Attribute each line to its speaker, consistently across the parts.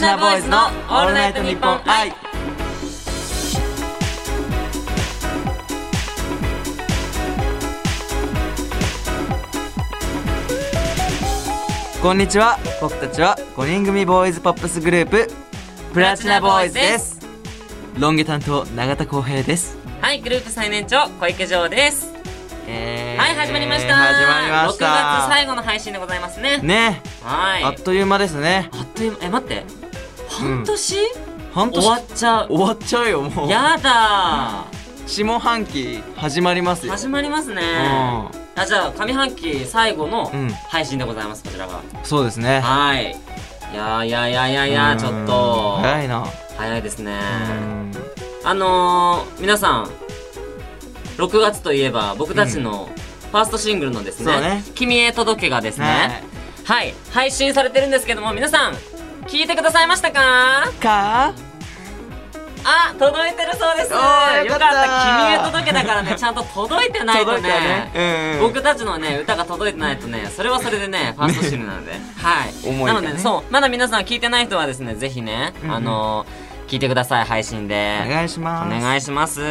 Speaker 1: ナボーイズの「オールナイトニッポン愛」こんにちは僕たちは5人組ボーイズポップスグループプラチナボーイズですロン毛担当永田浩平です
Speaker 2: はい、グループ最年長、小池城です。
Speaker 1: えー
Speaker 2: はい、始まりました。
Speaker 1: 始まりました
Speaker 2: 6月最後の配信でございますね。
Speaker 1: ね
Speaker 2: はい。
Speaker 1: あっという間ですね
Speaker 2: あっという間、え、待って。半年、
Speaker 1: 半年
Speaker 2: 終わっちゃう。
Speaker 1: 終わっちゃうよもう
Speaker 2: やだ
Speaker 1: 下半期始まります
Speaker 2: ー。
Speaker 1: よ
Speaker 2: 始まりますね。
Speaker 1: う
Speaker 2: あ、じゃあ、上半期最後の
Speaker 1: うん
Speaker 2: 配信でございます、こちらが。
Speaker 1: んそうですね
Speaker 2: はい。いやーいやいやいやいや、ちょっと
Speaker 1: うん、早いな
Speaker 2: 早いですね。
Speaker 1: うん
Speaker 2: あのー、皆さん、6月といえば、僕たちのファーストシングルのですね、
Speaker 1: そうね
Speaker 2: 君へ届けがですね、はい、配信されてるんですけども、皆さん、聞いてくださいましたか
Speaker 1: か
Speaker 2: あ、届いてるそうです。
Speaker 1: おーよかった
Speaker 2: 君へ届けだからね、ちゃんと届いてないと
Speaker 1: 届い
Speaker 2: ね、
Speaker 1: たねうん
Speaker 2: 僕たちのね、歌が届いてないとね、それはそれでね、ファーストシングルなので。はい。
Speaker 1: 思い
Speaker 2: な
Speaker 1: が
Speaker 2: の
Speaker 1: ね
Speaker 2: で、そう、まだ皆さん聞いてない人はですね、ぜひね、
Speaker 1: うんうん
Speaker 2: あのー、聞いてください、配信で。
Speaker 1: お願いします
Speaker 2: お願いします。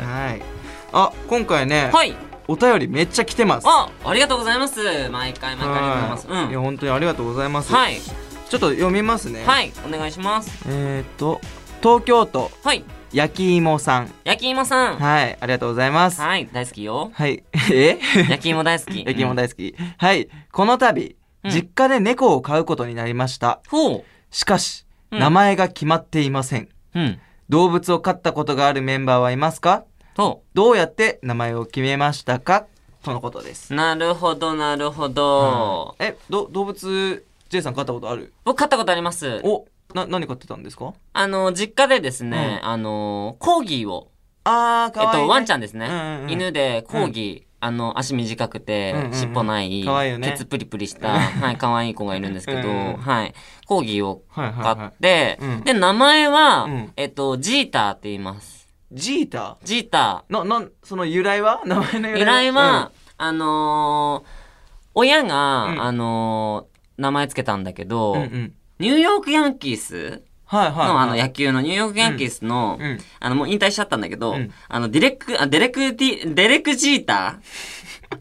Speaker 1: はいあ今回ね
Speaker 2: はい。
Speaker 1: お便りめっちゃ来てます
Speaker 2: あ、ありがとうございます。毎回毎回ありがとうござ
Speaker 1: は
Speaker 2: い
Speaker 1: いや
Speaker 2: ます。
Speaker 1: 本当にありがとうございま
Speaker 2: う
Speaker 1: す
Speaker 2: ん。はい。
Speaker 1: ちょっと読みますね
Speaker 2: はい。お願いします。
Speaker 1: えーっと東京都
Speaker 2: はい。
Speaker 1: 焼き芋さん
Speaker 2: 焼き芋さん。
Speaker 1: はいありがとうございます
Speaker 2: はい。大好きよ。
Speaker 1: はい え
Speaker 2: 焼き芋大好き。
Speaker 1: 焼き
Speaker 2: 好
Speaker 1: 芋
Speaker 2: き。
Speaker 1: 大好きはいこの度
Speaker 2: うん
Speaker 1: 実家で猫を飼うことになりました
Speaker 2: ほ
Speaker 1: しかし
Speaker 2: うん
Speaker 1: 名前が決まっていません
Speaker 2: う。うん。
Speaker 1: 動物を飼ったことがあるメンバーはいますか
Speaker 2: ほ
Speaker 1: どうやって名前を決めましたかとのことです
Speaker 2: う。なるほど、なるほど。
Speaker 1: えど動物 J さん飼ったことある
Speaker 2: 僕、飼ったことあります。
Speaker 1: おな何飼ってたんですか
Speaker 2: あの、実家でですね、あの、コーギーを、
Speaker 1: あー
Speaker 2: えっと、ワンちゃん
Speaker 1: で
Speaker 2: です
Speaker 1: うんうん
Speaker 2: ね
Speaker 1: う。ん
Speaker 2: 犬で、コーギー。あの、足短くて
Speaker 1: うんうんう、ん
Speaker 2: 尻尾ない、
Speaker 1: 可愛いよね
Speaker 2: ケツプリプリした、はい、可愛い子がいるんですけ
Speaker 1: うんうんう
Speaker 2: ど、
Speaker 1: ん
Speaker 2: はい、コーギーを
Speaker 1: はいはい
Speaker 2: 買
Speaker 1: は
Speaker 2: って、
Speaker 1: うん
Speaker 2: で、名前は、
Speaker 1: うん
Speaker 2: えっと、ジーターって言います。
Speaker 1: いジータ
Speaker 2: ジータ
Speaker 1: ーななんその由来は名前の
Speaker 2: ー。
Speaker 1: 由
Speaker 2: 由来
Speaker 1: 来
Speaker 2: は、あのー親が、
Speaker 1: うん
Speaker 2: あのー名前つけたんだけど、
Speaker 1: うんうんうん
Speaker 2: ニューヨークヤンキース
Speaker 1: はいはい
Speaker 2: の、
Speaker 1: はい
Speaker 2: あの、野球のニューヨークヤンキースの、
Speaker 1: うん
Speaker 2: あの、もう引退しちゃったんだけど、
Speaker 1: うん
Speaker 2: あの、ディレック、あ、デレクディ、デレクジーター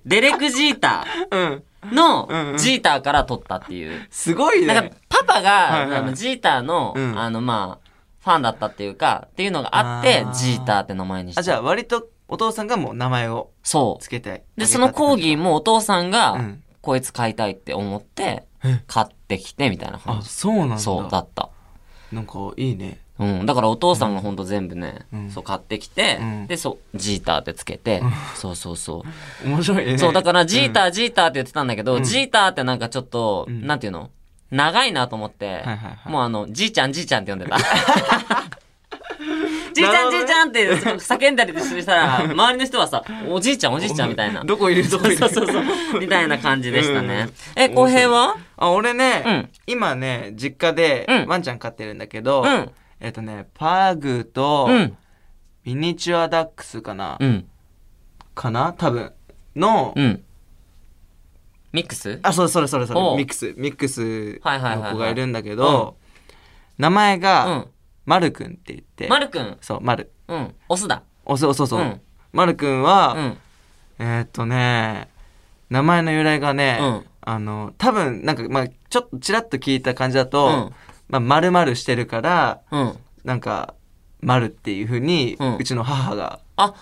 Speaker 2: デレクジータ
Speaker 1: うん
Speaker 2: ーの
Speaker 1: うんうん
Speaker 2: ジーターから取ったっていう。
Speaker 1: すごい
Speaker 2: なん
Speaker 1: ね
Speaker 2: か、パパが、
Speaker 1: はいはい
Speaker 2: あのジーターの、
Speaker 1: うん
Speaker 2: あの、まあ、ファンだったっていうか、っていうのがあって
Speaker 1: あ、ー
Speaker 2: ジーターって名前にした。
Speaker 1: あじゃあ割とお父さんがもう名前を
Speaker 2: そ
Speaker 1: つけて
Speaker 2: う。で、そのコーギーもお父さんが、
Speaker 1: うん
Speaker 2: こいつ飼いたいって思って
Speaker 1: え、
Speaker 2: 買ってきて、みたいな感
Speaker 1: あ
Speaker 2: じ。
Speaker 1: そうなんだ
Speaker 2: そう、だった。
Speaker 1: なんかいいね
Speaker 2: うん。だからお父さんがほんと全部ね、
Speaker 1: うん
Speaker 2: そう買ってきて、
Speaker 1: うん
Speaker 2: で、そう、ジーターってつけて、そうそうそう。
Speaker 1: 面白いね
Speaker 2: そう、だから、ジータ
Speaker 1: ー
Speaker 2: ー、ジーターって言ってたんだけど、
Speaker 1: うん
Speaker 2: ジーターってなんかちょっと、
Speaker 1: うん
Speaker 2: なんていうの長いなと思って、
Speaker 1: はいはいはい
Speaker 2: もうあの、じいちゃん、じいちゃんって呼んで た。じいちゃん、じいち
Speaker 1: なるほどね
Speaker 2: ゃんってすごく叫んだりしたら、周りの人はさ、おじいちゃん、おじいちゃんみたいな。
Speaker 1: どこいるど こ
Speaker 2: そう
Speaker 1: いる
Speaker 2: そうそう。みたいな感じでしたね。え、
Speaker 1: 面白い
Speaker 2: 浩平は
Speaker 1: あ俺ね、
Speaker 2: うん
Speaker 1: 今ね実家で
Speaker 2: うん
Speaker 1: ワンちゃん飼ってるんだけど、
Speaker 2: うん
Speaker 1: えっとねパーグと
Speaker 2: うん。
Speaker 1: ミニチュアダックスかな、
Speaker 2: うん。
Speaker 1: かな多分の、
Speaker 2: うん。ミックス
Speaker 1: あそうそれそれそれ
Speaker 2: おう
Speaker 1: ミックスミックス
Speaker 2: はいはいはいはい
Speaker 1: の子がいるんだけど、
Speaker 2: うん
Speaker 1: 名前
Speaker 2: う
Speaker 1: が
Speaker 2: ん。
Speaker 1: まるくんって言って、
Speaker 2: まるくん。
Speaker 1: そうまる
Speaker 2: うん。オスだ。
Speaker 1: おそうそうそう、
Speaker 2: うん
Speaker 1: まるくんは、
Speaker 2: うん。
Speaker 1: えーっとね名前の由来がね、
Speaker 2: うん
Speaker 1: あの多分なんかまあちょっとちらっと聞いた感じだと、
Speaker 2: うん
Speaker 1: まあ丸々してるから
Speaker 2: うん。
Speaker 1: なんか、丸っていうふうに、
Speaker 2: うん
Speaker 1: うちの母が、
Speaker 2: あ、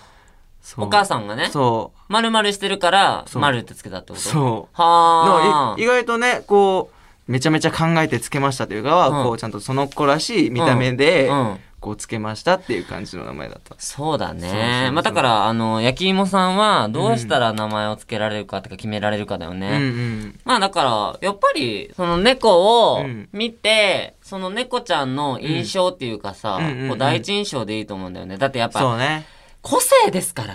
Speaker 1: そう
Speaker 2: お母さんがね、
Speaker 1: そ
Speaker 2: 丸々してるから、
Speaker 1: そう
Speaker 2: 丸ってつけたってこ
Speaker 1: う、
Speaker 2: と
Speaker 1: そう。
Speaker 2: はあ
Speaker 1: でもい意外とね、こう、めちゃめちゃ考えてつけましたというかは、
Speaker 2: うん
Speaker 1: こう、ちゃんとその子らしい見た目で、
Speaker 2: うん
Speaker 1: こう、つけましたっていう感じの名前だった。
Speaker 2: そうだ
Speaker 1: そうそうそ
Speaker 2: ね
Speaker 1: う
Speaker 2: まあだからあの焼き芋さんはどうしたら名前を付けられるかとか決められるかだよね、
Speaker 1: うんうん。
Speaker 2: まあだからやっぱりその猫を
Speaker 1: うん
Speaker 2: 見て、その猫ちゃんの印象っていうかさ、
Speaker 1: うんうんうんうん
Speaker 2: こう第一印象でいいと思うんだよねだってやっ
Speaker 1: そ
Speaker 2: ぱ
Speaker 1: うね。
Speaker 2: 個性ですから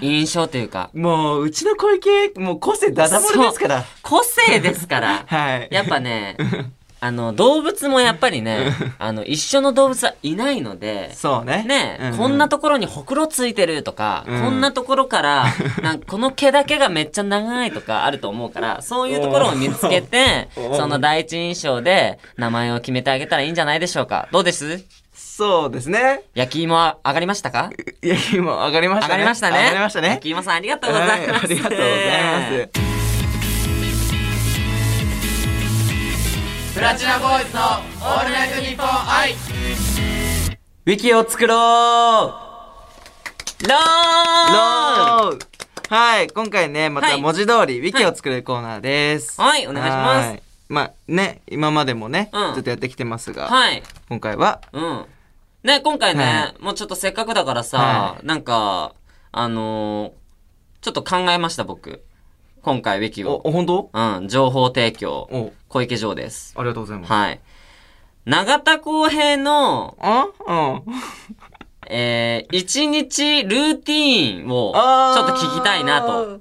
Speaker 2: 印象っていうか
Speaker 1: もう、うちの小池、もう個性ダダ漏れですから。
Speaker 2: 個性ですから
Speaker 1: はい。
Speaker 2: やっぱねああの、動物もやっぱりね、あの、一緒の動物はいないので、
Speaker 1: そうね。
Speaker 2: ね
Speaker 1: うんうん
Speaker 2: こんなところにほくろついてるとか、
Speaker 1: うん
Speaker 2: こんなところから、なんかこの毛だけがめっちゃ長いとかあると思う から、そういうところを見つけて、
Speaker 1: おー
Speaker 2: その第一印象で名前を決めてあげたらいいんじゃないでしょうか。どうです
Speaker 1: そうですね。
Speaker 2: 焼き芋は上がりましたか
Speaker 1: いや、今上がりま
Speaker 2: 上
Speaker 1: した
Speaker 2: が
Speaker 1: ね。
Speaker 2: りましたね。
Speaker 1: 上がりましたね
Speaker 2: 焼。き芋さんありがとうございます。
Speaker 1: はいありがとうござ います。
Speaker 2: プラチナボーイズのオールナイトニッポン愛
Speaker 1: ウィキを作ろ
Speaker 2: ロ
Speaker 1: う
Speaker 2: ーン
Speaker 1: ローはい、今回ね、ま
Speaker 2: は
Speaker 1: た
Speaker 2: い
Speaker 1: 文字通り、ウィキを作るコーナーです。
Speaker 2: はいお願いします
Speaker 1: はい。まあね、今までもね、
Speaker 2: うん
Speaker 1: ずっとやってきてますが、
Speaker 2: はい。
Speaker 1: 今回は、
Speaker 2: うん。ね、今回ね、
Speaker 1: は
Speaker 2: もうちょっとせっかくだからさ、
Speaker 1: は
Speaker 2: なんか、あのーちょっと考えました、僕。今回、ウィキ
Speaker 1: お
Speaker 2: を、。
Speaker 1: お本当
Speaker 2: うん、情報提供、
Speaker 1: お、
Speaker 2: 小池城です。
Speaker 1: ありがとうございます。
Speaker 2: はい。永田公平の、
Speaker 1: あうん。
Speaker 2: えー、一日ルーティーンを、
Speaker 1: あ
Speaker 2: ちょ
Speaker 1: ー
Speaker 2: っと聞きたいなと。。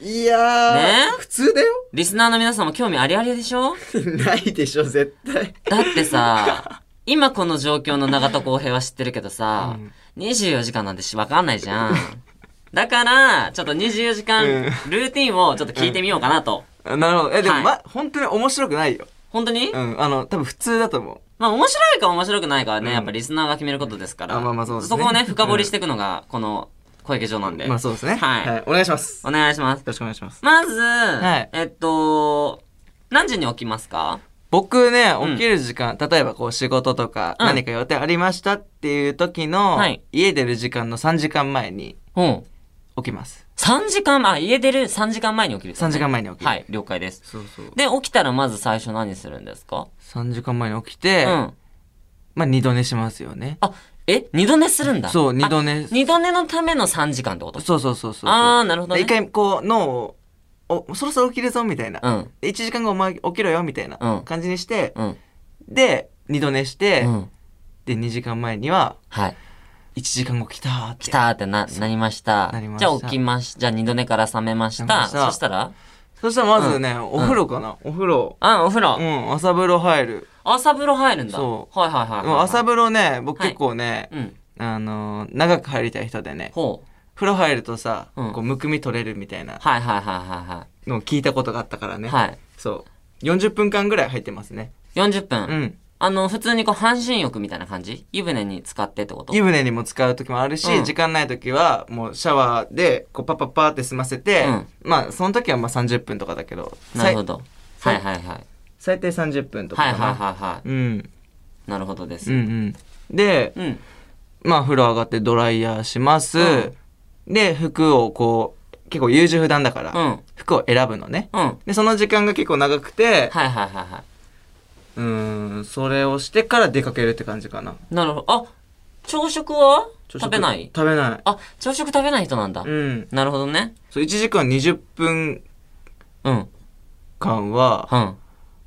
Speaker 1: いやー、
Speaker 2: ね
Speaker 1: 普通だよ
Speaker 2: リスナーの皆さんも興味ありありでしょ
Speaker 1: ないでしょ、絶対。
Speaker 2: だってさ、今この状況の永田公平は知ってるけどさ、24時間なんてしわかんないじ ゃん。だから、ちょっと24時間
Speaker 1: うん
Speaker 2: ルーティンをちょっと聞いてみようかなと。
Speaker 1: なるほど。え、でも、
Speaker 2: はい
Speaker 1: ま、本当に面白くないよ。
Speaker 2: 本当に
Speaker 1: うん、あの、多分普通だと思う。
Speaker 2: まあ面白いか面白くないかはね、
Speaker 1: うん
Speaker 2: やっぱリスナーが決めることですから。
Speaker 1: あまあまあそうですね
Speaker 2: こ をね、深掘りしていくのが、この小池城なんで。
Speaker 1: まあそうですね。
Speaker 2: はい
Speaker 1: お願いします。よ
Speaker 2: お願いします。
Speaker 1: ろしくお願いします。
Speaker 2: まず、
Speaker 1: い
Speaker 2: えっと、何時に起きますか
Speaker 1: 僕ね、
Speaker 2: うん
Speaker 1: 起きる時間、例えばこう仕事とか、
Speaker 2: うん
Speaker 1: 何か予定ありましたっていう時の、
Speaker 2: はい
Speaker 1: 家出る時間の3時間前に
Speaker 2: うん。
Speaker 1: 起きます。
Speaker 2: 3時間、あ、家出る3時間前に起きる、
Speaker 1: 3時間前に起きる。
Speaker 2: はい、了解です。
Speaker 1: そうそう。
Speaker 2: で、起きたらまず最初何するんですか
Speaker 1: 3時間前に起きて、
Speaker 2: うん。
Speaker 1: まあ二度寝しますよね。
Speaker 2: あ、え二度寝するんだ。
Speaker 1: そう、二
Speaker 2: あ
Speaker 1: 度寝。
Speaker 2: 二度寝のための3時間ってこと
Speaker 1: そうそうそうそう。
Speaker 2: あーなるほどね
Speaker 1: で一回こう脳を、お、そろそろ起きるぞみたいな。
Speaker 2: うん。
Speaker 1: で一時間後お前起きろよみたいな
Speaker 2: うん
Speaker 1: 感じにして、
Speaker 2: うん。
Speaker 1: で、二度寝して、
Speaker 2: うん。
Speaker 1: で、二時間前には、
Speaker 2: はい。
Speaker 1: 一時間後来たーって。
Speaker 2: 来たーってな、なりました。
Speaker 1: なりまし
Speaker 2: じ
Speaker 1: た
Speaker 2: ゃあ起きまし、じゃあ二度寝から覚めまし
Speaker 1: 覚め
Speaker 2: た。
Speaker 1: ました
Speaker 2: そしたら
Speaker 1: そしたらまずね、お風呂かな、お風呂。
Speaker 2: あ、お風呂。
Speaker 1: うん、朝風呂入る。
Speaker 2: 朝風呂入るんだ。。
Speaker 1: そう
Speaker 2: はいはいはい、
Speaker 1: で
Speaker 2: はい
Speaker 1: も朝風呂ね、僕
Speaker 2: はい
Speaker 1: 結構ね、
Speaker 2: うん。
Speaker 1: あのー長く入りたい人でね、
Speaker 2: ほう。
Speaker 1: 風呂入るとさ、
Speaker 2: うん
Speaker 1: こうむくみ取れるみたいな
Speaker 2: はいはいはいはいは
Speaker 1: のを聞いたことがあったからね。
Speaker 2: い。はい。
Speaker 1: そう。40分間ぐらい入ってますね。
Speaker 2: 40分。
Speaker 1: うん。
Speaker 2: あの、普通にこう、半身浴みたいな感じ湯船に使ってってこと
Speaker 1: 湯船にも使う時もあるし、
Speaker 2: うん
Speaker 1: 時間ない時は、もうシャワーで、こうパッパッパーって済ませて、
Speaker 2: うん
Speaker 1: まあ、その時はまあ30分とかだけど、
Speaker 2: なるほ
Speaker 1: さい
Speaker 2: ど。は
Speaker 1: さ
Speaker 2: い
Speaker 1: い
Speaker 2: はいはい。
Speaker 1: 最低30分とか
Speaker 2: はい
Speaker 1: か
Speaker 2: はい
Speaker 1: な。
Speaker 2: はいは
Speaker 1: うん。
Speaker 2: い。なるほどです。
Speaker 1: うんうん。で、
Speaker 2: うん。
Speaker 1: まあ、風呂上がってドライヤーします。
Speaker 2: うん
Speaker 1: で、服をこう、結構優柔不断だから、
Speaker 2: うん。
Speaker 1: 服を選ぶのね。
Speaker 2: うん。
Speaker 1: で、その時間が結構長くて、
Speaker 2: はいはいはいは
Speaker 1: うーん、それをしてから出かけるって感じかな。
Speaker 2: い。なるほど。あ、朝食は
Speaker 1: 朝食
Speaker 2: 食べない
Speaker 1: 食べない。
Speaker 2: あ、朝食食べない人なんだ。
Speaker 1: うん。
Speaker 2: なるほどね。
Speaker 1: そう、1時間20分
Speaker 2: うん。うん。
Speaker 1: 間は、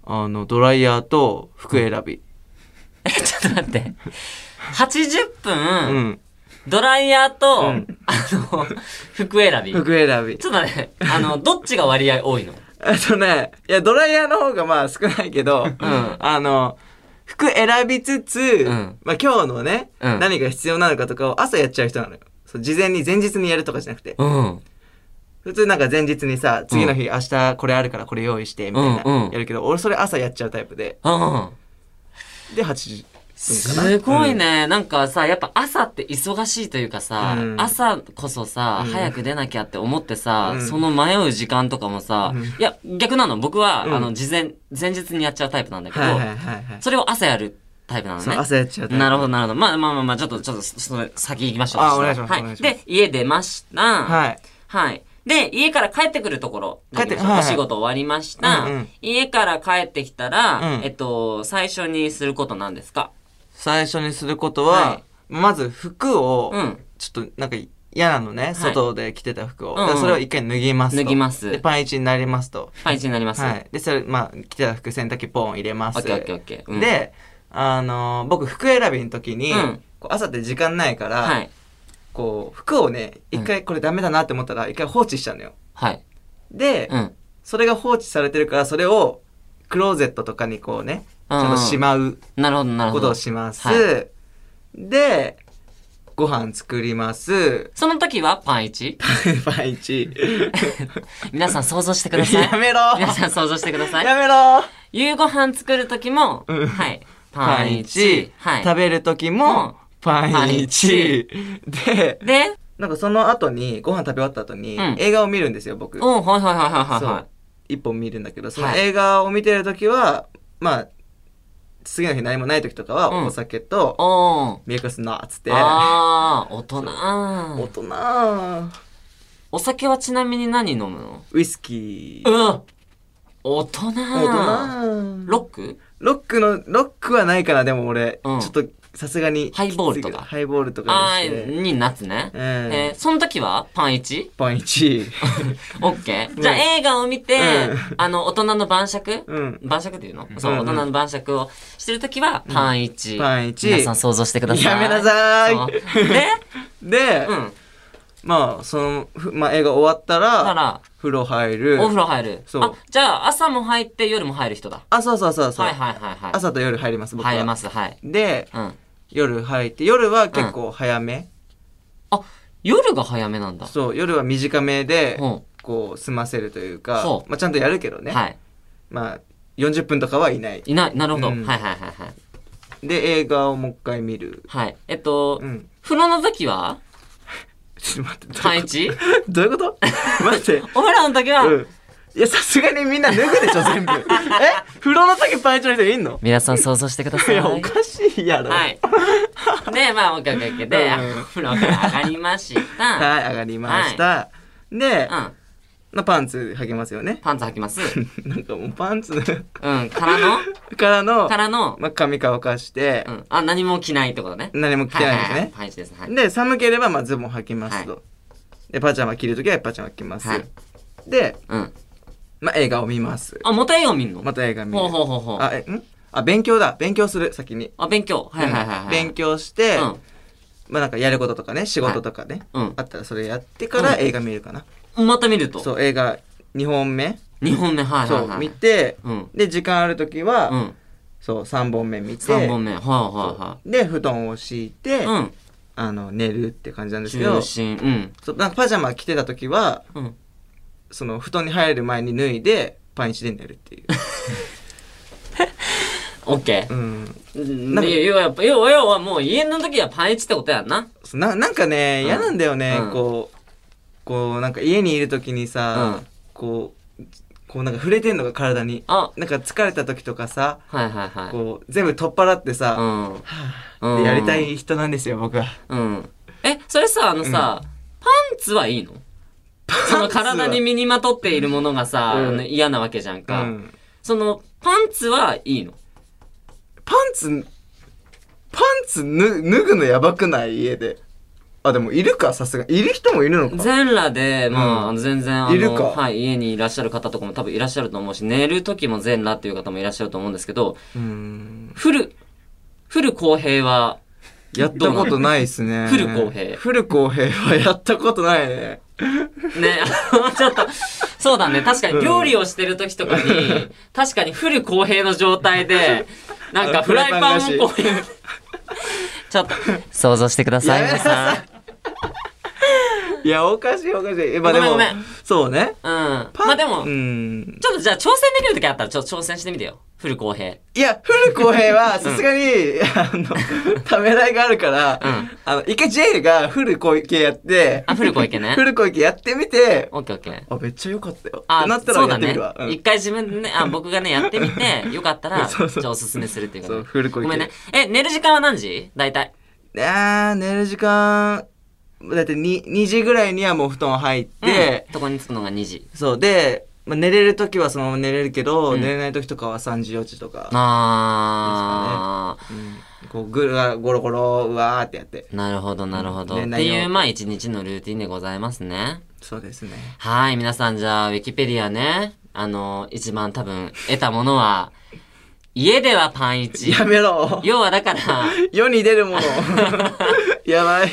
Speaker 1: あの、ドライヤーと服選び。
Speaker 2: え、ちょっと待って。80
Speaker 1: う
Speaker 2: 分、
Speaker 1: ん。
Speaker 2: ドライヤーと、
Speaker 1: うん
Speaker 2: あの、服選び。ちょっ
Speaker 1: 服選び。
Speaker 2: と待って、あの、どっちが割合多いの
Speaker 1: えっとね、いや、ドライヤーの方がまあ少ないけど、あの、服選びつつ、
Speaker 2: ん
Speaker 1: まあ今日のね、
Speaker 2: うん
Speaker 1: 何が必要なのかとかを朝やっちゃう人なのよ。そう事前に前日にやるとかじゃなくて。
Speaker 2: うん。
Speaker 1: 普通なんか前日にさ、次の日、明日これあるからこれ用意して、みたいな、
Speaker 2: うんうん
Speaker 1: やるけど、俺それ朝やっちゃうタイプで。
Speaker 2: うん。
Speaker 1: で、8時分かな。
Speaker 2: すごいね、なんかさ、やっぱ朝って忙しいというかさ、
Speaker 1: うん
Speaker 2: 朝こそさ、早く出なきゃって思ってさ、
Speaker 1: うん
Speaker 2: その迷う時間とかもさ、
Speaker 1: うん
Speaker 2: いや、逆なの。僕は、
Speaker 1: うん
Speaker 2: あの、事前、前日にやっちゃうタイプなんだけど、
Speaker 1: はいはいはいはい。
Speaker 2: それを朝やるタイプなの
Speaker 1: そ
Speaker 2: ね
Speaker 1: う、。朝やっちゃうタイプ。
Speaker 2: なるほど、なるほど。まあまあまあまあ、ちょっと、ちょっと、それ、先行きましょう。
Speaker 1: あお願いします
Speaker 2: は
Speaker 1: お願いします
Speaker 2: で、家出ました。はい。
Speaker 1: はい。
Speaker 2: で、家から帰ってくるところ。
Speaker 1: 帰って
Speaker 2: 行きましょう
Speaker 1: はい
Speaker 2: お仕事終わりました。
Speaker 1: うんうん
Speaker 2: 家から帰ってきたら、
Speaker 1: うん
Speaker 2: えっと、最初にすることなんですか
Speaker 1: 最初にすること
Speaker 2: は、
Speaker 1: はいまず服を
Speaker 2: うん、
Speaker 1: ちょっとなんか嫌なのね、外で着てた服
Speaker 2: う
Speaker 1: を。
Speaker 2: ん
Speaker 1: だ
Speaker 2: うん
Speaker 1: からそれを一回脱ぎますと。
Speaker 2: 脱ぎます
Speaker 1: で、パンイチになりますと。
Speaker 2: 配置になります。
Speaker 1: はい。で、それ、まあ、着てた服洗濯機ポン入れま
Speaker 2: オ
Speaker 1: す。
Speaker 2: ッケーオッケーオッケー。うん、
Speaker 1: で、あのー僕服選びの時に、
Speaker 2: うん
Speaker 1: こう朝って時間ないから、
Speaker 2: はい。
Speaker 1: こう服をね
Speaker 2: うん
Speaker 1: 一回これダメだなって思ったら一回放置しちゃうのよ
Speaker 2: はい。
Speaker 1: で、
Speaker 2: うん。
Speaker 1: それが放置されてるからそれをクローゼットとかにこうね、ち
Speaker 2: うんうん
Speaker 1: ゃんとしまう
Speaker 2: なるほど、なるほ
Speaker 1: こと
Speaker 2: ど
Speaker 1: を。します。
Speaker 2: なるほど
Speaker 1: で、ご飯作ります。
Speaker 2: その時はパン1
Speaker 1: 毎日。
Speaker 2: 皆さん想像してください
Speaker 1: や。めろ
Speaker 2: 皆さん想像してください。
Speaker 1: やめろ
Speaker 2: 夕ご飯作る時も、
Speaker 1: うん
Speaker 2: はい。パ
Speaker 1: パ
Speaker 2: ン
Speaker 1: ン
Speaker 2: 1
Speaker 1: 1。。
Speaker 2: は
Speaker 1: 食べる時
Speaker 2: うん
Speaker 1: も、パン
Speaker 2: パン一
Speaker 1: 1。で
Speaker 2: い。、で、
Speaker 1: なんかその後に、ご飯食べ終わった後に
Speaker 2: うん、
Speaker 1: 映画を見るんですよ、僕。
Speaker 2: おうはいはいはいはい
Speaker 1: そう
Speaker 2: は
Speaker 1: 一本見るんだけど、そ
Speaker 2: は
Speaker 1: の
Speaker 2: い
Speaker 1: 映画を見てる時は、まあ、次の日何もない時とか
Speaker 2: うん
Speaker 1: は、お酒と
Speaker 2: い。、おう
Speaker 1: ミルクスナーっつって、
Speaker 2: ああ、大
Speaker 1: 大
Speaker 2: 人。
Speaker 1: 人、
Speaker 2: お酒はちなみに何飲むの
Speaker 1: ウイスキー、
Speaker 2: うん。大人。
Speaker 1: 大人、
Speaker 2: ロック
Speaker 1: ロックの、ロックはないから、でも俺、
Speaker 2: うん
Speaker 1: ちょっと、さすがに。
Speaker 2: ハイボールとか
Speaker 1: きついハイボールとか
Speaker 2: あ
Speaker 1: にして。
Speaker 2: ーになってね。
Speaker 1: うん
Speaker 2: えーその時はパン 1?
Speaker 1: パン1。
Speaker 2: オッケーじゃあ映画を見て、
Speaker 1: うん
Speaker 2: あの、大人の晩酌、
Speaker 1: うん。
Speaker 2: 晩酌っていうのそう、
Speaker 1: うん
Speaker 2: 大
Speaker 1: うん
Speaker 2: 人の晩酌をしてるときは、パン1。
Speaker 1: パン一
Speaker 2: 皆さん想像してください。
Speaker 1: やめなさい
Speaker 2: そうで、
Speaker 1: で、
Speaker 2: うん。
Speaker 1: まあ、その、ふまあ、映画終わった、
Speaker 2: だからら、
Speaker 1: 風呂入る
Speaker 2: お。風呂入る。
Speaker 1: そう
Speaker 2: あ、じゃあ、朝も入って夜も入る人だ。
Speaker 1: あ、そうそうそうそう。
Speaker 2: はいはいはいはい。
Speaker 1: 朝と夜入ります、僕は。。
Speaker 2: 入れますす、はい。
Speaker 1: で、
Speaker 2: うん。
Speaker 1: 夜入って、夜は結構早め。
Speaker 2: あ、夜が早めなんだ。
Speaker 1: そう、夜は短めで、
Speaker 2: ほ
Speaker 1: こう、済ませるというか
Speaker 2: ほ、う
Speaker 1: まあ、ちゃんとやるけど
Speaker 2: う
Speaker 1: ね。
Speaker 2: はい。
Speaker 1: まあ、40分とかはいない。
Speaker 2: いない、なるほど。は
Speaker 1: う
Speaker 2: い
Speaker 1: ん
Speaker 2: はいはいはい。
Speaker 1: で、映画をもう一回見る。
Speaker 2: はい。えっと、
Speaker 1: うん。
Speaker 2: 風呂の時は
Speaker 1: ちょっと待ってどういうこと。
Speaker 2: パン 1?
Speaker 1: どういうこと 待って。
Speaker 2: お風呂の時は、
Speaker 1: うん。いや、さすがにみんな脱ぐで しょ、全部。え風呂の時パンイチの人いんの
Speaker 2: 皆さん想像してくだ
Speaker 1: い
Speaker 2: さい。
Speaker 1: や、おかしいやろ。
Speaker 2: はい。で、まあ、おかげで、
Speaker 1: うん
Speaker 2: お風呂から上がりました。
Speaker 1: はい上がりました。
Speaker 2: う
Speaker 1: で、
Speaker 2: ん。
Speaker 1: まあパンツ履けますよね。
Speaker 2: パンツ履きます。
Speaker 1: なんかもうパンツ
Speaker 2: うん。から の
Speaker 1: からの、
Speaker 2: からの、
Speaker 1: まあ髪乾かして
Speaker 2: う、ん。あ、何も着ないってことね。
Speaker 1: 何も着てないんです
Speaker 2: はいはいはい
Speaker 1: ね。
Speaker 2: パンチです。はい。
Speaker 1: で、寒ければ、まあズボン履きます
Speaker 2: は
Speaker 1: と。で、パジャマ着るときはパジャマ着ます
Speaker 2: はい。
Speaker 1: で、
Speaker 2: うん。
Speaker 1: まあ映画を見ます。
Speaker 2: あ、もた絵を見んの
Speaker 1: また映画見
Speaker 2: ほう
Speaker 1: る。
Speaker 2: ほうほうほう。
Speaker 1: あ、え、んあ、勉強だ。勉強する、先に。
Speaker 2: あ、勉強。はいはいはいはい。
Speaker 1: 勉強して、
Speaker 2: うん。
Speaker 1: まあなんかやることとかね、仕事とかね、
Speaker 2: はいうん
Speaker 1: あったらそれやってから
Speaker 2: うん
Speaker 1: 映画見るかな。
Speaker 2: また見ると。
Speaker 1: そう、映画2本目、
Speaker 2: 二本目、はいはい
Speaker 1: そう、
Speaker 2: は
Speaker 1: 見
Speaker 2: い。
Speaker 1: て、
Speaker 2: うん。
Speaker 1: で、時間あるときは、
Speaker 2: うん。
Speaker 1: そう、3本目見て、
Speaker 2: 三本目。はいは
Speaker 1: そうで、布団を敷いて、
Speaker 2: いはい。うん。
Speaker 1: あの、寝るって感じなんですけど、
Speaker 2: 中
Speaker 1: そ
Speaker 2: 心。うん。
Speaker 1: うなんかパジャマ着てたときは、
Speaker 2: うん。
Speaker 1: その、布団に入る前に脱いで、パンイチで寝るっていう。
Speaker 2: オッケー。
Speaker 1: うん。
Speaker 2: うん
Speaker 1: なんか
Speaker 2: 要は、要は、要はもう家の時はパンイチってことやんな。
Speaker 1: そうななんかね、
Speaker 2: うん
Speaker 1: 嫌なんだよね、
Speaker 2: うん
Speaker 1: こう、こう、なんか家にいるときにさ、
Speaker 2: うん
Speaker 1: こう、こうなんか触れてんのが体に。
Speaker 2: あ、
Speaker 1: なんか疲れた時とかさ、
Speaker 2: はいはいはい。
Speaker 1: こう、全部取っ払ってさ、
Speaker 2: うん。うん
Speaker 1: でやりた。い人なんですよ、僕は。
Speaker 2: うん。え、それさ、あのさ、パンツはいいのその体に身にまとっているものがさ、
Speaker 1: うん
Speaker 2: あの嫌なわけじゃん
Speaker 1: う
Speaker 2: か。
Speaker 1: ん。
Speaker 2: その、パンツはいいの
Speaker 1: パンツ、パンツぬ脱ぐのやばくない家で。あ、でもいるか、さすが。いる人もいるのか。
Speaker 2: 全裸で、まあ、
Speaker 1: うん
Speaker 2: あの全然、あの
Speaker 1: いるか
Speaker 2: はい、家にいらっしゃる方とかも多分いらっしゃると思うし、寝る時も全裸っていう方もいらっしゃると思うんですけど、
Speaker 1: うん。
Speaker 2: フル、フル公平は、
Speaker 1: やったことないっすね。
Speaker 2: フル公平
Speaker 1: フル公平はやったことないね。
Speaker 2: ね、 あのちょっと、そうだね。確かに料理をしてる時とかに、確かにフル公平の状態 で、なんかフライパンをこういう。 ちょっと、想像してください、
Speaker 1: やめ
Speaker 2: 皆
Speaker 1: な
Speaker 2: さん
Speaker 1: さ。いや、おかしいおかしい。え、まあで
Speaker 2: ご
Speaker 1: も
Speaker 2: めんごめん、
Speaker 1: そうね。
Speaker 2: うん。まあでも、
Speaker 1: う
Speaker 2: ちょ
Speaker 1: ん。
Speaker 2: っとじゃあ挑戦できる時あったら、ちょっと挑戦してみてよ。フル公平。
Speaker 1: いや、フル公平は、さすがに、あの、ためらいがあるから、
Speaker 2: うん
Speaker 1: あの、一回 J がフル公平やって、
Speaker 2: あ、フル公平ね
Speaker 1: フ。ル公平やってみて、
Speaker 2: オッケーオッケー。
Speaker 1: あ、めっちゃ良かったよ。っ
Speaker 2: あ
Speaker 1: てなっ、たら
Speaker 2: そう
Speaker 1: や
Speaker 2: だ
Speaker 1: ってみ
Speaker 2: ね
Speaker 1: るわ。。
Speaker 2: 一回自分でね、あ、僕がね、やってみ て、よかったら、
Speaker 1: そう
Speaker 2: じ
Speaker 1: そう
Speaker 2: ゃあおすすめするっていう
Speaker 1: そう
Speaker 2: か
Speaker 1: フ
Speaker 2: ね。
Speaker 1: ル
Speaker 2: ご
Speaker 1: 公平
Speaker 2: めんね。え、寝る時間は何時大体。
Speaker 1: うん、あー寝る時間、だってに 2, 時ぐらいにはもう布団入って、
Speaker 2: うん、とこに着くのが2時。
Speaker 1: そう、で、まあ、寝れる時はそのまま寝れるけど、
Speaker 2: うん
Speaker 1: 寝れない時とかは3時、4時とか、
Speaker 2: あー。
Speaker 1: うんこう、ぐるがゴロゴロ、うわーってやって。
Speaker 2: なるほど、なるほど。っ
Speaker 1: で
Speaker 2: て
Speaker 1: 内容
Speaker 2: いう、まあ、一日のルーティンでございますね。
Speaker 1: そうですね。
Speaker 2: はい、皆さん、じゃあ、ウィキペディアね、あの、一番多分、得たものは、家ではパン一
Speaker 1: やめろ
Speaker 2: 要はだから、っ
Speaker 1: 世に出るもの。やばい。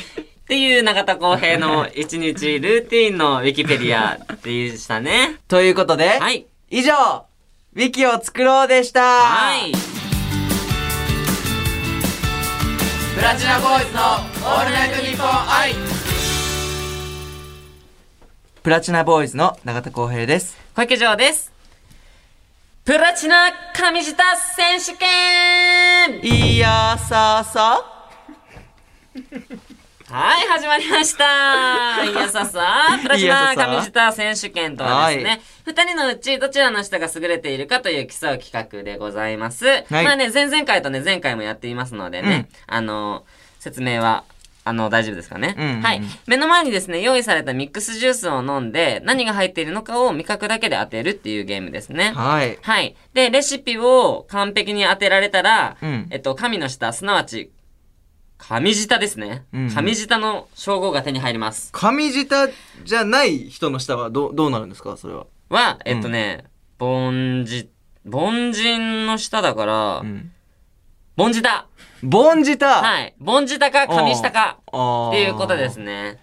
Speaker 2: ていう永田公平の一 日ルーティンのウィキペディアでしたね。
Speaker 1: ということで、
Speaker 2: はい。
Speaker 1: 以上、ウィキを作ろうでした
Speaker 2: はい。プラチナボーイズのオールナイトニッポン愛。
Speaker 1: プラチナボーイズの永田光平です。
Speaker 2: 小池城です。プラチナ上下選手権
Speaker 1: いやささ
Speaker 2: はい、始まりま した。いやささ、プラチナ上下選手権とはです
Speaker 1: は
Speaker 2: ね、二、人のうちどちらの人が優れているかという競う企画でございます。
Speaker 1: い
Speaker 2: まあね、前々回とね、前回もやっていますのでね、あの、説明は、あの、大丈夫ですかね、
Speaker 1: うんうんうん
Speaker 2: はい。目の前にですね、用意されたミックスジュースを飲んで、何が入っているのかを味覚だけで当てるっていうゲームですね。
Speaker 1: はい。
Speaker 2: はい。で、レシピを完璧に当てられたら、
Speaker 1: うん
Speaker 2: えっと、神の舌、すなわち、神舌ですね。
Speaker 1: うん
Speaker 2: 神舌の称号が手に入ります。
Speaker 1: 上舌じゃない人の舌はどう、どうなるんですかそれは。
Speaker 2: は、えっとね、凡人、凡人の舌だから、
Speaker 1: ん。
Speaker 2: 凡舌
Speaker 1: 凡舌い。
Speaker 2: はい。凡舌か神舌か
Speaker 1: あー
Speaker 2: っていうことです。ね。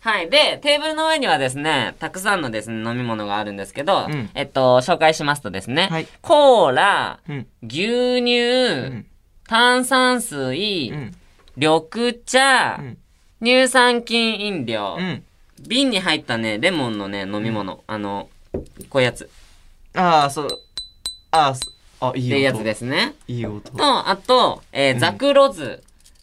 Speaker 2: はい。で、テーブルの上にはですね、たくさんのですね、飲み物があるんですけど、
Speaker 1: うん
Speaker 2: えっと、紹介しますとですね、
Speaker 1: はい
Speaker 2: コーラ、
Speaker 1: うん。
Speaker 2: 牛乳、
Speaker 1: ん
Speaker 2: 炭酸水、
Speaker 1: うん。
Speaker 2: 緑茶、
Speaker 1: ん
Speaker 2: 乳酸菌飲料、
Speaker 1: うん。
Speaker 2: 瓶に入ったねレモンのね飲み物、あのこういうやつっ
Speaker 1: ああ、そう。ああ、すあ、いい
Speaker 2: てい
Speaker 1: 音。。
Speaker 2: うやつですすね
Speaker 1: いい音。
Speaker 2: とあと、えーザクロズ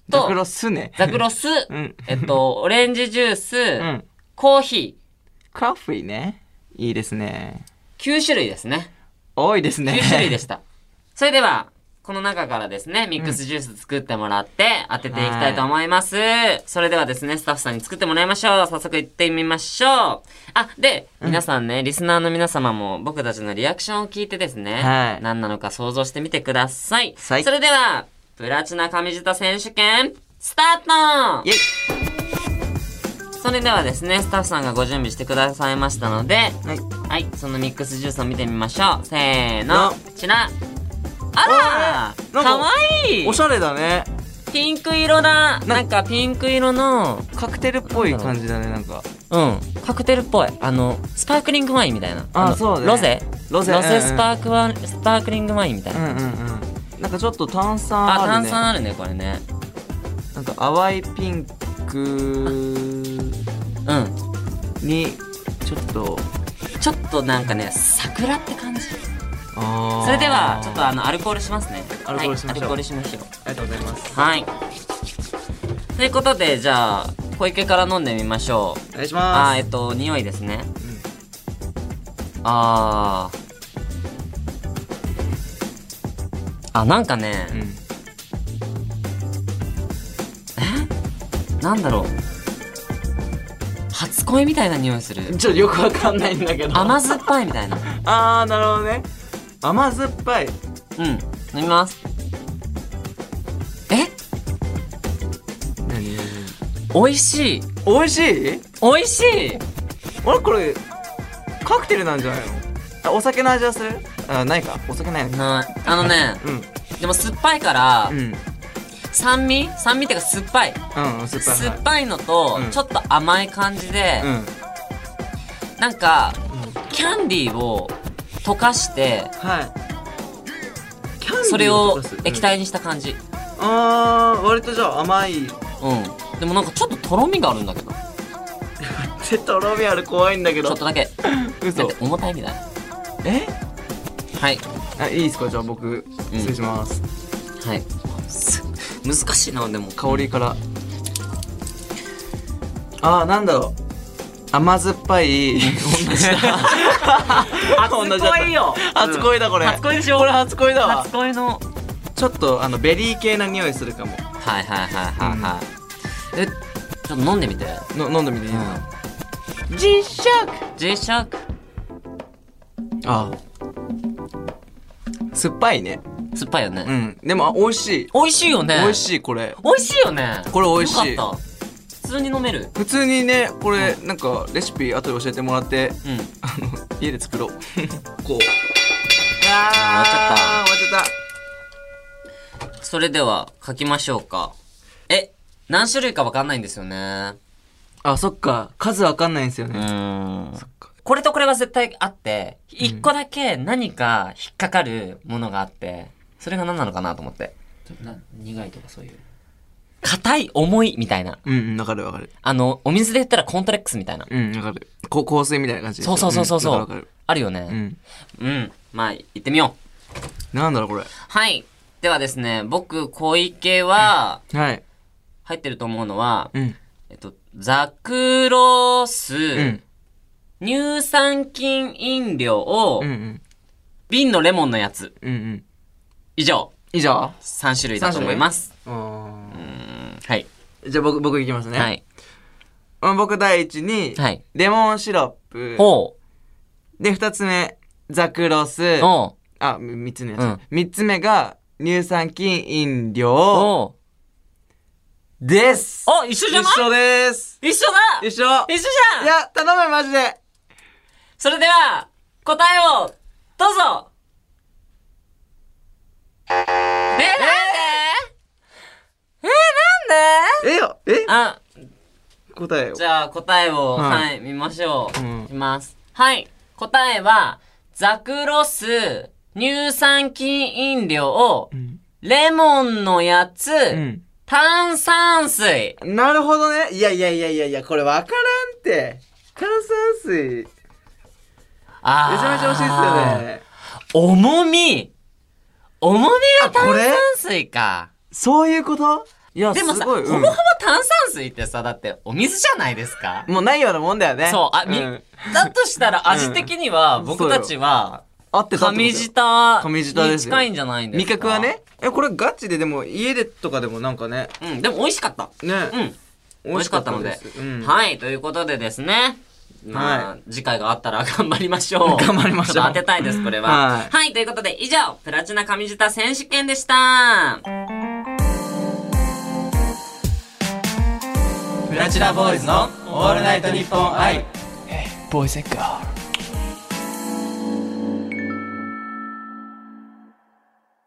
Speaker 2: と
Speaker 1: ザクロスね。
Speaker 2: ザクロス、
Speaker 1: うん
Speaker 2: えっとオレンジジュース、
Speaker 1: うん。
Speaker 2: コーヒ
Speaker 1: カフィーね。いいですね。
Speaker 2: ー9種類ですね
Speaker 1: 多いですね。
Speaker 2: 9種類でしたそれではこの中からですねミックスジュース作ってもらって当てていきたいと思います、それではですねスタッフさんに作ってもらいましょう早速行ってみましょうあで、皆さんねリスナーの皆様も僕たちのリアクションを聞いてですね、
Speaker 1: はい
Speaker 2: 何なのか想像してみてください、
Speaker 1: はい
Speaker 2: それではプラチナ上舌選手権スタート
Speaker 1: イェイ
Speaker 2: それではですねスタッフさんがご準備してくださいましたので
Speaker 1: はい。
Speaker 2: はい、そのミックスジュースを見てみましょう。せー
Speaker 1: な
Speaker 2: の、こちら。あ
Speaker 1: あれな
Speaker 2: らか
Speaker 1: んか
Speaker 2: わいい
Speaker 1: おしゃれだね。
Speaker 2: ピンク色だなんかピンク色の、
Speaker 1: カクテルっぽい感じだね、なんか。
Speaker 2: うん、カクテルっぽい。あの、スパークリングワインみたいな。
Speaker 1: あ
Speaker 2: の
Speaker 1: そうね
Speaker 2: ロゼ
Speaker 1: ロゼ
Speaker 2: ロ
Speaker 1: うんう
Speaker 2: ゼ
Speaker 1: ん
Speaker 2: スパークワ、スパークリングワインみたいうな。
Speaker 1: んうんうん。なんかちょっと炭酸
Speaker 2: あ、
Speaker 1: ある
Speaker 2: 炭
Speaker 1: ね。
Speaker 2: 酸あるね、これね。
Speaker 1: なんか淡いピンク
Speaker 2: うん。
Speaker 1: にちょっと
Speaker 2: ちょっとなんかね、桜って感じ。
Speaker 1: あー
Speaker 2: それでは、ちょっとあの、アルコールしますね。
Speaker 1: アルコールしまし
Speaker 2: はい、アル
Speaker 1: ょう
Speaker 2: コールしましょう。
Speaker 1: ありがとうございます
Speaker 2: はい。ということで、じゃあ、小池から飲んでみましょう。
Speaker 1: お願いし
Speaker 2: あ
Speaker 1: ま
Speaker 2: ーえ
Speaker 1: す
Speaker 2: っと匂いですね、あーあなんかね、
Speaker 1: うん
Speaker 2: なんだろう初恋みたいな匂いする
Speaker 1: ちょっとよくわかんないんだけど
Speaker 2: 甘酸っぱいみたいな
Speaker 1: あーなるほどね甘酸っぱい
Speaker 2: うん飲みますえ
Speaker 1: 何
Speaker 2: 美味しい
Speaker 1: 美味しい
Speaker 2: 美味しい
Speaker 1: あれこれカクテルなんじゃないのあお酒の味はするあないかお酒ないの
Speaker 2: なあのね
Speaker 1: うん
Speaker 2: でも酸っぱいから、
Speaker 1: うんうん
Speaker 2: 酸味酸味っていうか酸っぱい
Speaker 1: 酸っぱい
Speaker 2: 酸っぱいのと、
Speaker 1: うん
Speaker 2: ちょっと甘い感じで、
Speaker 1: うん
Speaker 2: なんか、キャンディーを溶かして
Speaker 1: はいキャンディー
Speaker 2: それを
Speaker 1: 溶かす
Speaker 2: 液体にした感じ
Speaker 1: あー割とじゃあ甘い
Speaker 2: うん、でもなんかちょっととろみがあるんだけどち
Speaker 1: でとろみある怖いんだけ
Speaker 2: ょ
Speaker 1: ど
Speaker 2: っとだけだっ
Speaker 1: 嘘
Speaker 2: て重たいみたいな
Speaker 1: え
Speaker 2: はい
Speaker 1: あいいですかじゃあ僕失礼します、
Speaker 2: はいす難しいなでも
Speaker 1: 香りからあーなんだろう甘酸っ ぱい同じ だ
Speaker 2: 初恋よ
Speaker 1: 初恋だこれ、
Speaker 2: 初恋でしょ
Speaker 1: これ初恋だわ
Speaker 2: 初恋のはい
Speaker 1: ちょっとあのベリー系な匂いするかも
Speaker 2: はいはいはいはい、えちょっと飲んでみて
Speaker 1: の飲んでみていい、
Speaker 2: う
Speaker 1: あ
Speaker 2: ん G シャーク
Speaker 1: あー酸っぱいね
Speaker 2: 酸っぱいよね、
Speaker 1: うんでもあ美味しい、
Speaker 2: 美味しいよね
Speaker 1: 美味しいこれ
Speaker 2: 美味しいよね
Speaker 1: これ美味しい
Speaker 2: よかった普通に飲める
Speaker 1: 普通にねこれ、なんかレシピ後で教えてもらって
Speaker 2: うん
Speaker 1: あの 家で作ろうこ
Speaker 2: あ
Speaker 1: う
Speaker 2: ー
Speaker 1: あー終わっちゃった
Speaker 2: それでは書きましょうかえ何種類かわかんないんですよね
Speaker 1: あ、そっか。数わかんないんですよ
Speaker 2: う
Speaker 1: ね。
Speaker 2: ーんこれとこれは絶対あって、一個だけ何か引っかかるものがあって、それが何なのかなと思って。
Speaker 3: な苦いとかそういう
Speaker 2: 硬い、重い、みたいな。
Speaker 4: うんうん、わかるわかる。
Speaker 2: あの、お水で言ったらコントレックスみたいな。
Speaker 4: うん、わかる。こ香水みたいな感じでし
Speaker 2: そ
Speaker 4: ょ。
Speaker 2: うそうそうそうそ
Speaker 4: んわかるわ
Speaker 2: う
Speaker 4: か。
Speaker 2: あるよ
Speaker 4: る。う
Speaker 2: ね。
Speaker 4: ん。
Speaker 2: うん。まあ、行ってみよう。
Speaker 4: なんだろう、これ。
Speaker 2: はい。ではですね、僕、小池は、
Speaker 4: はい。
Speaker 2: 入ってると思うのは、
Speaker 4: うん。
Speaker 2: えっと、ザクロス、
Speaker 4: うん。
Speaker 2: 乳酸菌飲料を、
Speaker 4: うんうん。
Speaker 2: 瓶のレモンのやつ。
Speaker 4: うんうん。
Speaker 2: 以上、
Speaker 4: 以上
Speaker 2: 3種類だと思います。
Speaker 1: あ
Speaker 2: はい。
Speaker 4: じゃあ僕、僕いきますね。
Speaker 2: はい。
Speaker 4: まあ僕第一に、
Speaker 2: はい
Speaker 4: レモンシロップ。
Speaker 2: ほ
Speaker 4: で、二つ目、ザクロス。
Speaker 2: う、ほ
Speaker 4: あ、み三つ目やつ
Speaker 2: うん
Speaker 4: 三つ目が、乳酸菌飲
Speaker 2: う、
Speaker 4: 料
Speaker 2: ほ
Speaker 4: です。
Speaker 2: う。あ、一緒じゃない
Speaker 4: 一緒です。
Speaker 2: 一緒だ
Speaker 4: 一緒。
Speaker 2: 一緒じゃん
Speaker 4: いや、頼む、マジで。
Speaker 2: それでは、答えを、どうぞえ、なんでえ、なんで
Speaker 1: えよえ
Speaker 2: あ、
Speaker 1: 答えよ
Speaker 2: じゃあ答えを、
Speaker 4: は
Speaker 2: はい、見ましょう。
Speaker 4: うん
Speaker 2: いきます。はい、答えは、ザクロス、乳酸菌飲料を、レモンのやつ、
Speaker 4: うん。
Speaker 2: 炭酸水。
Speaker 1: なるほどねいやいやいやいやいやこれわからんって炭酸水めち
Speaker 2: あー
Speaker 1: ゃめちゃ美味しいっすよ。ね
Speaker 2: 重み重みが炭
Speaker 1: あこれ
Speaker 2: 酸水か。
Speaker 4: そういうこといや、
Speaker 2: ですもさ、
Speaker 4: ご
Speaker 2: ほ
Speaker 4: い。
Speaker 2: ぼ
Speaker 4: う
Speaker 2: ほ
Speaker 4: ん
Speaker 2: ぼ炭酸水ってさ、だってお水じゃないですか。
Speaker 4: もうないようなもんだよね。
Speaker 2: そう、あ、み、
Speaker 4: ん
Speaker 2: だとしたら味的には、僕たちは、
Speaker 4: 合ってたってこと
Speaker 2: 上舌
Speaker 4: 上舌
Speaker 2: に
Speaker 4: ですよ
Speaker 2: 近いんじゃないんです
Speaker 4: 味
Speaker 2: か
Speaker 4: 覚はね。
Speaker 1: えこれガチででも家でとかでもなんかね
Speaker 2: うん、でも美味しかった。う
Speaker 1: ね
Speaker 2: ん、
Speaker 1: 美
Speaker 2: 美味しかったので。
Speaker 1: うん
Speaker 2: はい、ということでですね。まあ、次回があったら 頑張りましょう。
Speaker 4: 頑張りましょう
Speaker 2: ちっと当てたいです、これは。は、
Speaker 4: はい
Speaker 2: ということで、以上、プラチナ上舌選手権でした。
Speaker 3: プラチナボーイズのオールナイトニッポン愛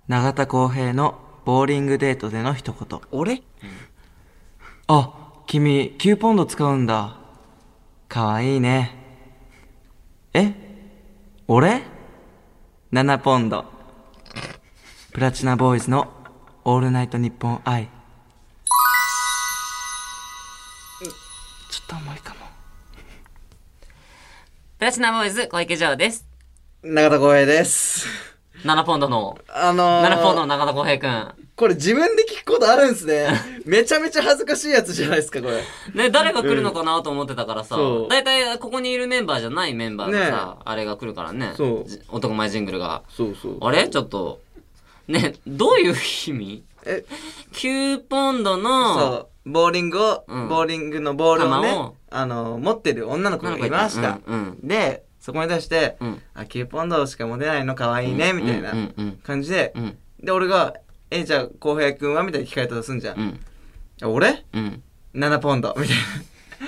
Speaker 4: 永田浩平のボーリングデートでの一言。
Speaker 1: 俺
Speaker 4: あ、君、9ポンド使うんだ。かわいいね。え俺 ?7 ポンド。プラチナボーイズのオールナイトニッポン愛。ちょっと重いかも。
Speaker 2: プラチナボーイズ、小池城です。
Speaker 1: 永田光平です
Speaker 2: 7ポンドの、
Speaker 1: あのー、
Speaker 2: 7ポンドの中田浩平く
Speaker 1: これ自分で聞くことあるん すねめちゃめちゃ恥ずかしいやつじゃないですかこれ
Speaker 2: ん。ね、誰が来るのかなと思ってたからさ
Speaker 1: うんそ、う
Speaker 2: だいたいここにいるメンバーじゃないメンバーがさ、あれが来るからね。
Speaker 1: そう
Speaker 2: じ男前ジングルが。
Speaker 1: そうそう
Speaker 2: あれちょっと、ね、どういう意味
Speaker 1: え
Speaker 2: ?9 ポンドの、
Speaker 1: そうボーリングを、
Speaker 2: うん
Speaker 1: ボーリングのボールをね
Speaker 2: 球を
Speaker 1: あの持ってる女の子がいました、
Speaker 2: うんうん
Speaker 1: でそこに対して「
Speaker 2: うん
Speaker 1: あ9ポンドしか持てないのかわいいね」みたいな
Speaker 2: うんうん
Speaker 1: 感じで、
Speaker 2: うんうん
Speaker 1: で俺が「えじゃあ浩平君は?」みたいに聞かれたとすんじゃん
Speaker 2: う、ん
Speaker 1: あ俺
Speaker 2: うん。
Speaker 1: 7ポンドみたい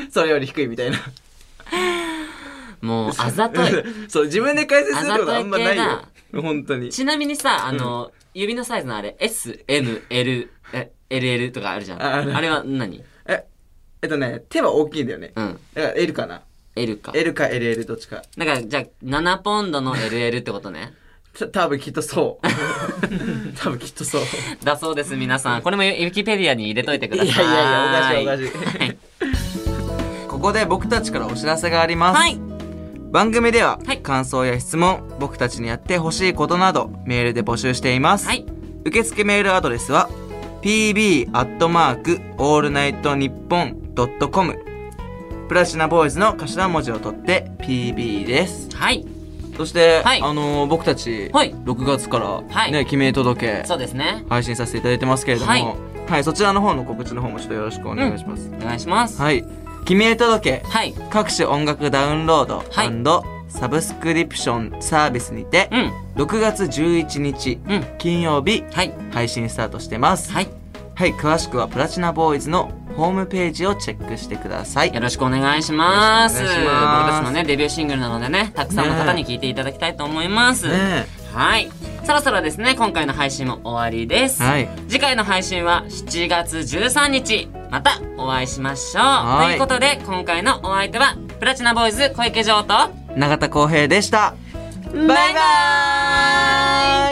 Speaker 1: なそれより低いみたいな
Speaker 2: もう、あざとい。
Speaker 1: そう自分で解説することあんまない
Speaker 2: あ
Speaker 1: よ
Speaker 2: ざとい
Speaker 1: 本当に
Speaker 2: ちなみにさ、あの、指のサイズのあれ、S、M、L、え LL とかあるじゃん。
Speaker 1: あ
Speaker 2: あ
Speaker 1: ある
Speaker 2: れは何
Speaker 1: ええっとね手は大きいんだよね
Speaker 2: うん。
Speaker 1: だから L かな
Speaker 2: L か。
Speaker 1: L か LL どっちか
Speaker 2: だから、じゃあ、7ポンドの LL ってことね。
Speaker 1: た多分きっとそう 多分きっとそう
Speaker 2: だそうです、皆さん。これもウィキペディアに入れといてく
Speaker 1: い
Speaker 2: だ
Speaker 1: やい
Speaker 2: さい。
Speaker 1: やいやおかしいおかしい
Speaker 2: はい。
Speaker 4: ここで僕たちからお知らせがあります。
Speaker 2: はい。
Speaker 4: 番組では、
Speaker 2: はい
Speaker 4: 感想や質問僕たちにやってほしいことなどメールで募集しています、
Speaker 2: はい。
Speaker 4: 受付メールアドレスは pb アットマークオールナイトニッポンドットコムプラチナボーイズの頭文字を取って pb です
Speaker 2: はい。
Speaker 4: そして、
Speaker 2: はい
Speaker 4: あのー僕たち、
Speaker 2: はい
Speaker 4: 6月から
Speaker 2: はい
Speaker 4: ね、決め届け
Speaker 2: そうですね。
Speaker 4: 配信させていただいてますけれども
Speaker 2: はい
Speaker 4: はい、そちらの方の告知の方もちょっとよろしくお願いします、
Speaker 2: お願いします。は
Speaker 4: はい決め届け
Speaker 2: い。
Speaker 4: 各種音楽ダウンロード、
Speaker 2: はい
Speaker 4: サブスクリプションサービスにて、
Speaker 2: うん。
Speaker 4: 6月11日、
Speaker 2: うん
Speaker 4: 金曜日
Speaker 2: はい。
Speaker 4: 配信スタートしてますは
Speaker 2: はい。
Speaker 4: い、詳しくはプラチナボーイズのホームページをチェックしてください
Speaker 2: よろしくお願いします。
Speaker 4: よろ
Speaker 2: 僕
Speaker 4: しくお願いします
Speaker 2: たちのね、デビューシングルなのでね、たくさんの方に聴いていただきたいと思います。
Speaker 1: ね
Speaker 2: はい。そろそろですね、今回の配信も終わりです。
Speaker 4: はい
Speaker 2: 次回の配信は7月13日、またお会いしましょう。
Speaker 4: はい
Speaker 2: ということで、今回のお相手は、プラチナボーイズ小池城と、
Speaker 1: 永田浩平でしたバイバイ